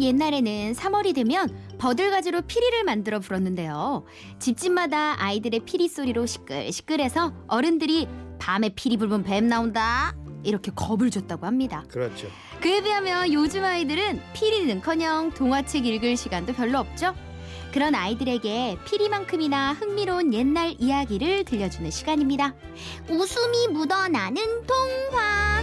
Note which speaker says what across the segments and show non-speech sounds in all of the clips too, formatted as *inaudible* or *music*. Speaker 1: 옛날에는 3월이 되면 버들가지로 피리를 만들어 불었는데요. 집집마다 아이들의 피리 소리로 시끌시끌해서 어른들이 밤에 피리 불면 뱀 나온다 이렇게 겁을 줬다고 합니다.
Speaker 2: 그렇죠.
Speaker 1: 그에 비하면 요즘 아이들은 피리는커녕 동화책 읽을 시간도 별로 없죠. 그런 아이들에게 피리만큼이나 흥미로운 옛날 이야기를 들려주는 시간입니다. 웃음이 묻어나는 통화.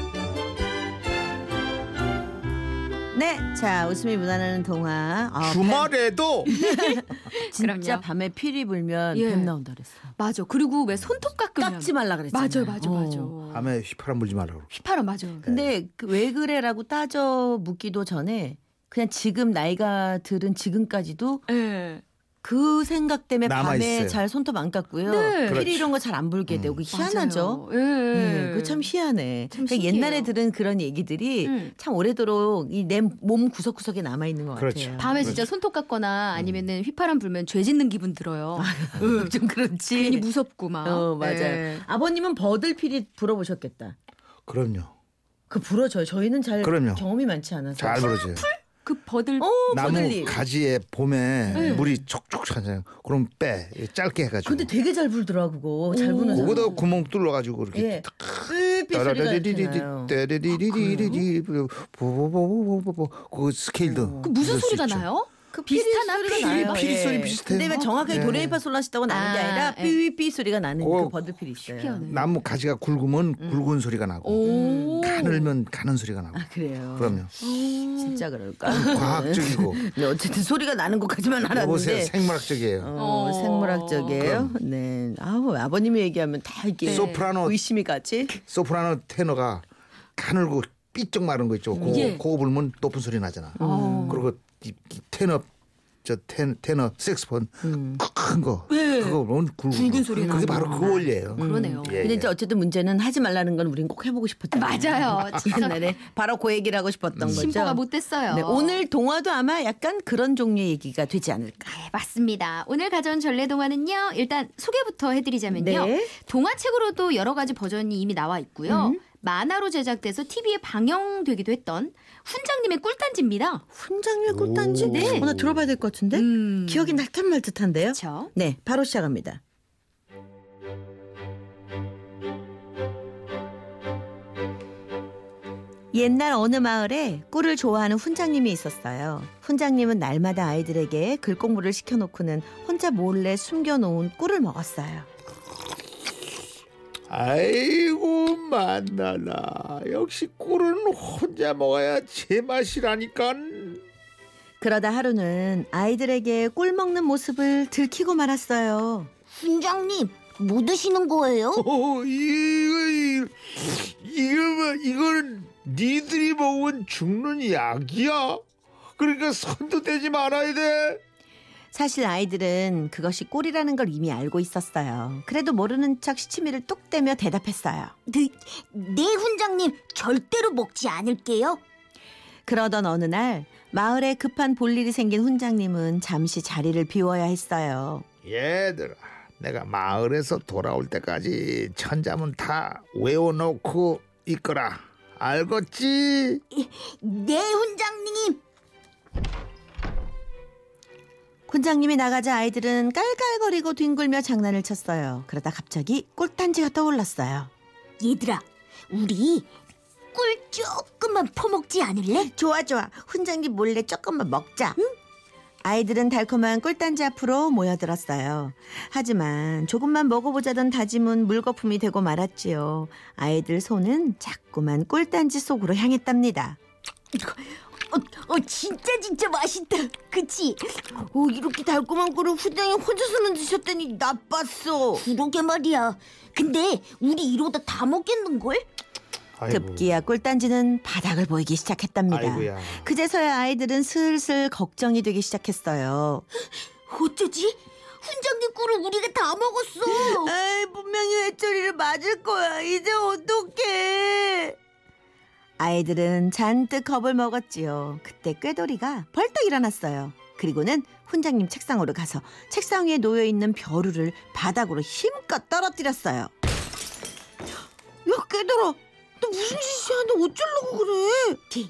Speaker 3: 네, 자 웃음이 무난하는 동화. 아,
Speaker 2: 주말에도
Speaker 3: 뱀, 진짜
Speaker 1: 그럼요.
Speaker 3: 밤에 피리 불면
Speaker 1: 예.
Speaker 3: 뱀 나온다 그랬어.
Speaker 1: 맞아. 그리고 왜 손톱 깎으면
Speaker 3: 깎지 어. 말라 그랬잖아.
Speaker 1: 맞아, 맞아, 맞아.
Speaker 2: *laughs* 밤에 휘파람 불지 말라고.
Speaker 1: 휘파람 맞아.
Speaker 3: 근데 그왜 그래라고 따져 묻기도 전에 그냥 지금 나이가 들은 지금까지도
Speaker 1: 예.
Speaker 3: 그 생각 때문에 밤에
Speaker 2: 남아있어요.
Speaker 3: 잘 손톱 안 깎고요.
Speaker 1: 네.
Speaker 2: 그렇죠.
Speaker 3: 피리 이런 거 잘 안 불게
Speaker 2: 음.
Speaker 3: 되고 희한하죠.
Speaker 1: 맞아요. 예.
Speaker 3: 예, 그거 참 희한해.
Speaker 1: 참
Speaker 3: 그러니까
Speaker 1: 신기해요.
Speaker 3: 옛날에 들은 그런 얘기들이
Speaker 1: 음.
Speaker 3: 참 오래도록 이 내 몸 구석구석에 남아 있는 것
Speaker 2: 그렇죠.
Speaker 3: 같아요.
Speaker 1: 밤에 진짜 손톱 깎거나 아니면은 휘파람 불면 죄 짓는 기분 들어요. 응.
Speaker 3: 좀 그렇지.
Speaker 1: 괜히 무섭고 막.
Speaker 3: 아, 어, 맞아요.
Speaker 1: 예.
Speaker 3: 아버님은 버들피리 불어보셨겠다.
Speaker 2: 그럼요.
Speaker 3: 그 불어줘요. 저희는 잘
Speaker 2: 그럼요.
Speaker 3: 경험이 많지 않아서.
Speaker 2: 잘 불어져요.
Speaker 1: 그 버들
Speaker 3: 어,
Speaker 2: 나무
Speaker 3: 버들잎.
Speaker 2: 가지에 봄에
Speaker 1: 네.
Speaker 2: 물이 촉촉 차잖아요. 그럼 빼 짧게 해가지고.
Speaker 3: 근데 되게 잘 불더라 그거. 잘
Speaker 1: 오.
Speaker 3: 부는 사람.
Speaker 2: 그거다 구멍 뚫려가지고 이렇게
Speaker 3: 예. 뿔뿔 소리가
Speaker 2: 따라리리리리
Speaker 3: 나요. 아,
Speaker 2: 따라리리리리 보보보보보보 그
Speaker 3: 어.
Speaker 2: 스케일도.
Speaker 1: 그 무슨
Speaker 2: 들을 수
Speaker 1: 소리가
Speaker 2: 있죠.
Speaker 1: 나요?
Speaker 3: 그
Speaker 1: 비슷하나?
Speaker 3: 피리
Speaker 1: 피리,
Speaker 3: 소리가 나요. 예.
Speaker 2: 피리 소리 비슷해요?
Speaker 3: 근데 왜 정확하게
Speaker 2: 예.
Speaker 3: 도레미파 솔라시다고 나는 게
Speaker 1: 아,
Speaker 3: 아니라
Speaker 1: 예.
Speaker 3: 삐삐삐 소리가 나는
Speaker 2: 그거
Speaker 3: 그 버들피리 있어요.
Speaker 1: 희한해.
Speaker 2: 나무 가지가 굵으면 굵은 소리가 나고
Speaker 1: 오.
Speaker 2: 가늘면 가는 소리가 나고.
Speaker 3: 음. 아 그래요.
Speaker 2: 그럼요. 음.
Speaker 3: 진짜 그럴까? *laughs*
Speaker 2: 과학적이고.
Speaker 3: 네, 어쨌든 소리가 나는 것까지만
Speaker 2: 여보세요
Speaker 3: 알았는데.
Speaker 2: 생물학적이에요.
Speaker 3: 어,
Speaker 1: 어.
Speaker 3: 생물학적이에요. 네. 아우 아버님이 얘기하면 다 이게
Speaker 2: 네. 소프라노.
Speaker 3: 의심이 가지.
Speaker 2: 소프라노 테너가 가늘고 삐쩍 마른 거 있죠. 그거,
Speaker 1: 예.
Speaker 2: 그거 불면 높은 소리 나잖아.
Speaker 1: 어.
Speaker 2: 그리고 이, 이 테너 저 테, 테너 색스폰
Speaker 3: 음.
Speaker 2: 큰 거.
Speaker 1: 예.
Speaker 2: 그거 보면 굵은,
Speaker 1: 굵은
Speaker 2: 거.
Speaker 1: 소리 나는 음.
Speaker 2: 그게 바로 그 원리예요.
Speaker 1: 그러네요.
Speaker 2: 예,
Speaker 3: 근데
Speaker 2: 예.
Speaker 3: 이제 어쨌든 문제는 하지 말라는 건 우린 꼭 해보고 싶었던 *laughs*
Speaker 1: 맞아요.
Speaker 3: 거예요.
Speaker 1: 진짜
Speaker 3: 옛날에 바로 그 얘기를 하고
Speaker 2: 음.
Speaker 3: 싶었던
Speaker 1: 심보가
Speaker 3: 거죠.
Speaker 1: 못됐어요.
Speaker 3: 네, 오늘 동화도 아마 약간 그런 종류의 얘기가 되지 않을까.
Speaker 1: 네, 맞습니다. 오늘 가져온 전래 동화는요. 일단 소개부터 해드리자면요.
Speaker 3: 네.
Speaker 1: 동화책으로도 여러 가지 버전이 이미 나와 있고요.
Speaker 3: 음.
Speaker 1: 만화로 제작돼서 TV에 방영되기도 했던 훈장님의 꿀단지입니다.
Speaker 3: 훈장면 꿀단지?
Speaker 2: 오. 네.
Speaker 3: 어, 나 들어봐야 될 것 같은데?
Speaker 1: 음.
Speaker 3: 기억이 날듯 말듯한데요?
Speaker 1: 그렇죠.
Speaker 3: 네, 바로 시작합니다. 옛날 어느 마을에 꿀을 좋아하는 훈장님이 있었어요. 훈장님은 날마다 아이들에게 글공부를 시켜놓고는 혼자 몰래 숨겨놓은 꿀을 먹었어요.
Speaker 2: 아이고 만나나 역시 꿀은 혼자 먹어야 제맛이라니까
Speaker 3: 그러다 하루는 아이들에게 꿀 먹는 모습을 들키고 말았어요.
Speaker 4: 훈장님 뭐 드시는 거예요?
Speaker 2: 어, 이거 이거 이건 니들이 먹으면 죽는 약이야 그러니까 손도 대지 말아야 돼
Speaker 3: 사실 아이들은 그것이 꿀이라는 걸 이미 알고 있었어요. 그래도 모르는 척 시치미를 뚝 떼며 대답했어요.
Speaker 4: 네, 네 훈장님 절대로 먹지 않을게요.
Speaker 3: 그러던 어느 날 마을에 급한 볼일이 생긴 훈장님은 잠시 자리를 비워야 했어요.
Speaker 2: 얘들아 내가 마을에서 돌아올 때까지 천자문 다 외워놓고 있거라 알겠지?
Speaker 4: 네 훈장님
Speaker 3: 훈장님이 나가자 아이들은 깔깔거리고 뒹굴며 장난을 쳤어요. 그러다 갑자기 꿀단지가 떠올랐어요.
Speaker 4: 얘들아 우리 꿀 조금만 퍼먹지 않을래?
Speaker 3: 좋아 좋아 훈장님 몰래 조금만 먹자. 아이들은 달콤한 꿀단지 앞으로 모여들었어요. 하지만 조금만 먹어보자던 다짐은 물거품이 되고 말았지요. 아이들 손은 자꾸만 꿀단지 속으로 향했답니다.
Speaker 4: 어, 어 진짜 진짜 맛있다. 그치?
Speaker 3: 오 어, 이렇게 달콤한 꿀을 훈장님 혼자서만 드셨다니 나빴어.
Speaker 4: 그러게 말이야. 근데 우리 이러다 다 먹겠는걸?
Speaker 3: 급기야 꿀단지는 바닥을 보이기 시작했답니다.
Speaker 2: 아이고야
Speaker 3: 그제서야 아이들은 슬슬 걱정이 되기 시작했어요.
Speaker 4: 어쩌지? 훈장님 꿀을 우리가 다 먹었어.
Speaker 3: 에이, 분명히 회초리를 맞을 거야. 이제 어떡해. 아이들은 잔뜩 겁을 먹었지요. 그때 꾀돌이가 벌떡 일어났어요. 그리고는 훈장님 책상으로 가서 책상 위에 놓여 있는 벼루를 바닥으로 힘껏 떨어뜨렸어요. 야, 꾀돌아. 너 무슨 짓이야? 너 어쩌려고 그래?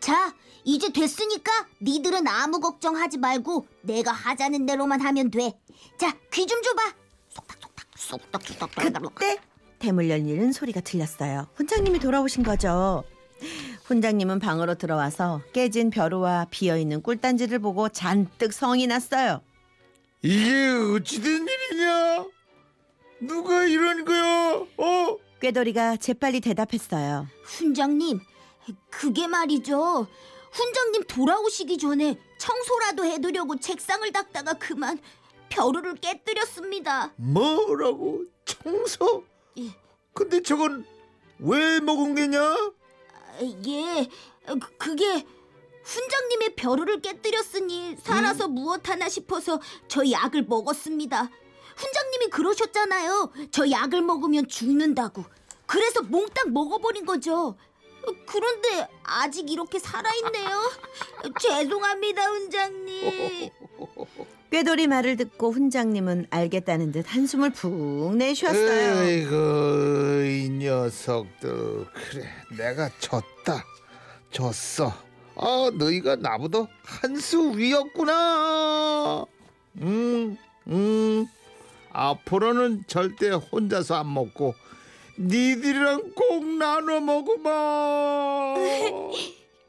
Speaker 4: 자 이제 됐으니까 니들은 아무 걱정하지 말고 내가 하자는 대로만 하면 돼. 자, 귀 좀 줘봐. 속닥속닥, 속닥속닥, 속닥속닥.
Speaker 3: 그때 대문 열리는 소리가 들렸어요. 훈장님이 돌아오신 거죠. 훈장님은 방으로 들어와서 깨진 벼루와 비어있는 꿀단지를 보고 잔뜩 성이 났어요.
Speaker 2: 이게 어찌된 일이냐? 누가 이런 거야? 어?
Speaker 3: 꾀돌이가 재빨리 대답했어요.
Speaker 4: 훈장님, 그게 말이죠. 훈장님 돌아오시기 전에 청소라도 해두려고 책상을 닦다가 그만 벼루를 깨뜨렸습니다.
Speaker 2: 뭐라고? 청소?
Speaker 4: 예.
Speaker 2: 근데 저건 왜 먹은 게냐?
Speaker 4: 아, 예, 그- 그게 훈장님의 벼루를 깨뜨렸으니 살아서 무엇 하나 싶어서 저 약을 먹었습니다. 훈장님이 그러셨잖아요. 저 약을 먹으면 죽는다고. 그래서 몽땅 먹어버린 거죠. 그런데 아직 이렇게 살아있네요. 죄송합니다, 훈장님.
Speaker 3: 꾀돌이 말을 듣고 훈장님은 알겠다는 듯 한숨을 푹 내쉬었어요.
Speaker 2: 에이구 이 녀석들 그래 내가 졌다 졌어 아 너희가 나보다 한 수 위였구나 음음 앞으로는 절대 혼자서 안 먹고 니들이랑 꼭 나눠
Speaker 4: *laughs*
Speaker 2: 먹어봐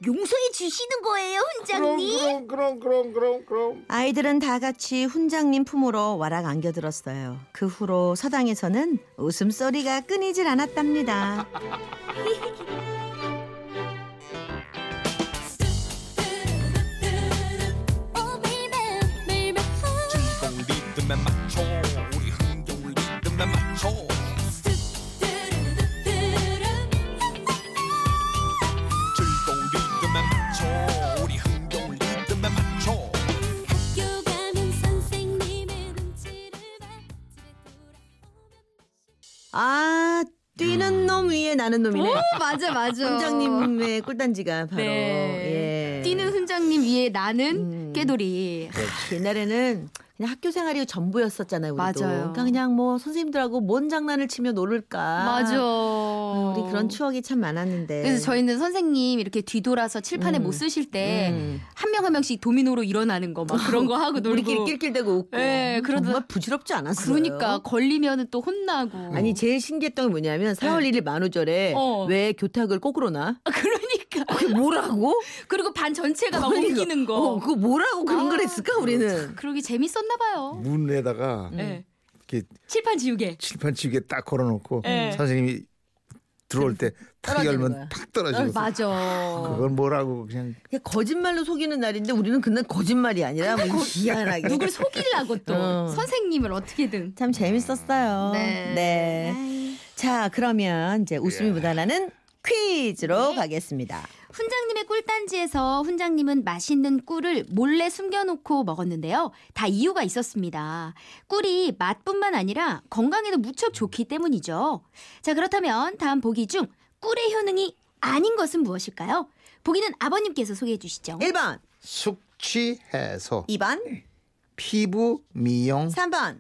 Speaker 4: 용서해 주시는 거예요, 훈장님?
Speaker 2: 그럼 그럼 그럼 그럼 그럼
Speaker 3: 아이들은 다 같이 훈장님 품으로 와락 안겨들었어요. 그 후로 서당에서는 웃음소리가 끊이질 않았답니다.
Speaker 5: 주인공 리듬에 맞춰 우리 흥겨운 리듬에 맞춰 즐거운 리듬에 맞춰 우리 흥겨운 리듬에 맞춰
Speaker 6: 학교 가면 선생님의 눈치를 봐 집에 돌아오면
Speaker 3: 아 뛰는 놈 위에 나는 놈이네.
Speaker 1: 맞아 맞아.
Speaker 3: *laughs*
Speaker 1: *laughs*
Speaker 3: 훈장님의 꿀단지가 바로
Speaker 1: 네.
Speaker 3: 예.
Speaker 1: 뛰는 훈장님 위에 나는
Speaker 3: 음.
Speaker 1: 깨돌이.
Speaker 3: 그렇지. 옛날에는 그냥 학교 생활이 전부였었잖아요. 우리도.
Speaker 1: 맞아요.
Speaker 3: 그러니까 그냥 뭐 선생님들하고 뭔 장난을 치며 놀을까.
Speaker 1: 맞아. 음,
Speaker 3: 아, 우리 그런 추억이 참 많았는데.
Speaker 1: 그래서 저희는 선생님 이렇게 뒤돌아서 칠판에
Speaker 3: 음.
Speaker 1: 못 쓰실 때 한 명
Speaker 3: 음.
Speaker 1: 한 명씩 도미노로 일어나는 거 막
Speaker 3: *laughs*
Speaker 1: 그런 거 하고 놀고
Speaker 3: 우리끼리 낄낄대고 웃고.
Speaker 1: 예, 그러다-
Speaker 3: 정말 부질없지 않았어요.
Speaker 1: 그러니까 걸리면은 또 혼나고
Speaker 3: 아니 제일 신기했던 게 뭐냐면 4월 1일 만우절에
Speaker 1: 네. 어.
Speaker 3: 왜 교탁을 거꾸로 놔?
Speaker 1: 아, 그러니까 *laughs*
Speaker 3: 그게 뭐라고?
Speaker 1: 그리고 반 전체가 막
Speaker 3: 그러니까.
Speaker 1: 옮기는 거
Speaker 3: 어, 그거 뭐라고 그런
Speaker 1: 아.
Speaker 3: 걸 했을까 우리는?
Speaker 1: 그러기 재밌었나 봐요.
Speaker 2: 문에다가
Speaker 3: 음.
Speaker 1: 예.
Speaker 2: 이렇게
Speaker 1: 칠판 지우개.
Speaker 2: 칠판 지우개 딱 걸어놓고
Speaker 1: 예.
Speaker 2: 선생님이 들어올 때 탁
Speaker 3: 떨어지는
Speaker 2: 열면
Speaker 3: 거야.
Speaker 2: 탁 떨어지고
Speaker 1: 맞아.
Speaker 2: 그건 뭐라고 그냥
Speaker 3: 그냥 거짓말로 속이는 날인데 우리는 그날 거짓말이 아니라 뭐 희한하게
Speaker 1: 누굴 속이려고 또
Speaker 3: 어.
Speaker 1: 선생님을 어떻게든.
Speaker 3: 참 재밌었어요.
Speaker 1: 네.
Speaker 3: 자 그러면 이제 웃음이
Speaker 2: 예.
Speaker 3: 묻어나는 퀴즈로
Speaker 1: 네.
Speaker 3: 가겠습니다.
Speaker 1: 훈장님의 꿀단지에서 훈장님은 맛있는 꿀을 몰래 숨겨놓고 먹었는데요. 다 이유가 있었습니다. 꿀이 맛뿐만 아니라 건강에도 무척 좋기 때문이죠. 자, 그렇다면 다음 보기 중 꿀의 효능이 아닌 것은 무엇일까요? 보기는 아버님께서 소개해 주시죠.
Speaker 3: 1번,
Speaker 2: 숙취 해소,
Speaker 3: 2번,
Speaker 2: 피부 미용,
Speaker 3: 3번,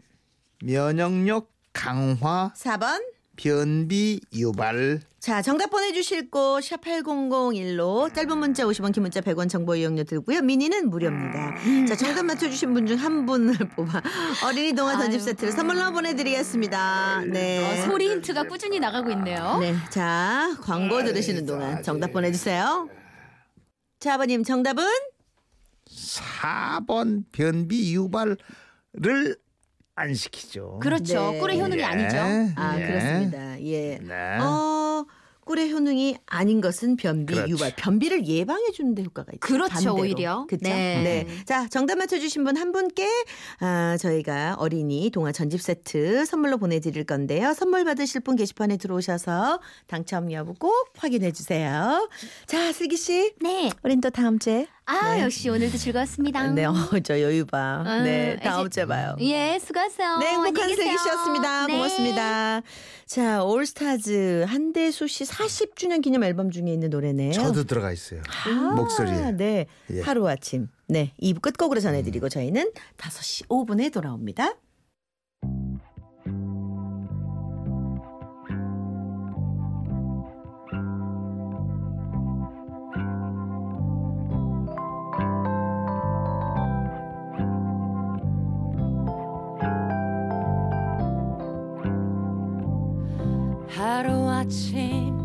Speaker 2: 면역력 강화,
Speaker 3: 4번.
Speaker 2: 변비 유발.
Speaker 3: 자, 정답 보내주실 곳, 샵8001로, 짧은 문자 50원, 긴 문자 100원 정보 이용료 들고요. 미니는 무료입니다. 자, 정답 맞춰주신 분 중 한 분을 *laughs* 뽑아 어린이 동화 던집
Speaker 1: 아유.
Speaker 3: 세트를 선물로 보내드리겠습니다. 네.
Speaker 1: 어, 소리 힌트가 꾸준히 나가고
Speaker 2: 어?
Speaker 1: 있네요.
Speaker 3: 네. 자,
Speaker 2: 아,
Speaker 3: 광고
Speaker 2: 네,
Speaker 3: 들으시는 동안 정답 보내주세요. 자, 아버님, 정답은?
Speaker 2: 4번 변비 유발을 안 시키죠.
Speaker 1: 그렇죠.
Speaker 3: 네.
Speaker 1: 꿀의 효능이
Speaker 2: 예.
Speaker 1: 아니죠.
Speaker 3: 아,
Speaker 2: 예.
Speaker 3: 그렇습니다. 예.
Speaker 2: 네.
Speaker 3: 어, 꿀의 효능이 아닌 것은 변비
Speaker 2: 그렇죠.
Speaker 3: 유발, 변비를 예방해 주는 데 효과가 있죠.
Speaker 1: 그렇죠,
Speaker 3: 반대로.
Speaker 1: 오히려.
Speaker 3: 그렇죠.
Speaker 1: 네.
Speaker 3: 네. 자, 정답 맞춰 주신 분 한 분께 아, 저희가 어린이 동화 전집 세트 선물로 보내 드릴 건데요. 선물 받으실 분 게시판에 들어오셔서 당첨 여부 꼭 확인해 주세요. 자, 슬기 씨.
Speaker 1: 네.
Speaker 3: 우린 또 다음 주에.
Speaker 1: 아,
Speaker 3: 네.
Speaker 1: 역시 오늘도 즐거웠습니다.
Speaker 3: 네, 어, 저 여유 봐.
Speaker 1: 음,
Speaker 3: 네, 다음
Speaker 1: 이제-
Speaker 3: 주에 봐요.
Speaker 1: 예, 수고하세요.
Speaker 3: 네, 행복한
Speaker 1: 안녕히 계세요.
Speaker 3: 슬기씨였습니다.
Speaker 1: 네.
Speaker 3: 고맙습니다. 자, 올스타즈 한대수 씨 40주년 기념 앨범 중에 있는 노래네요.
Speaker 2: 저도 들어가 있어요.
Speaker 3: 아,
Speaker 2: 목소리에.
Speaker 3: 네.
Speaker 2: 예. 음.
Speaker 3: 하루아침. 네. 2부 끝곡으로 전해드리고 저희는 5시 5분에 돌아옵니다. 하루아침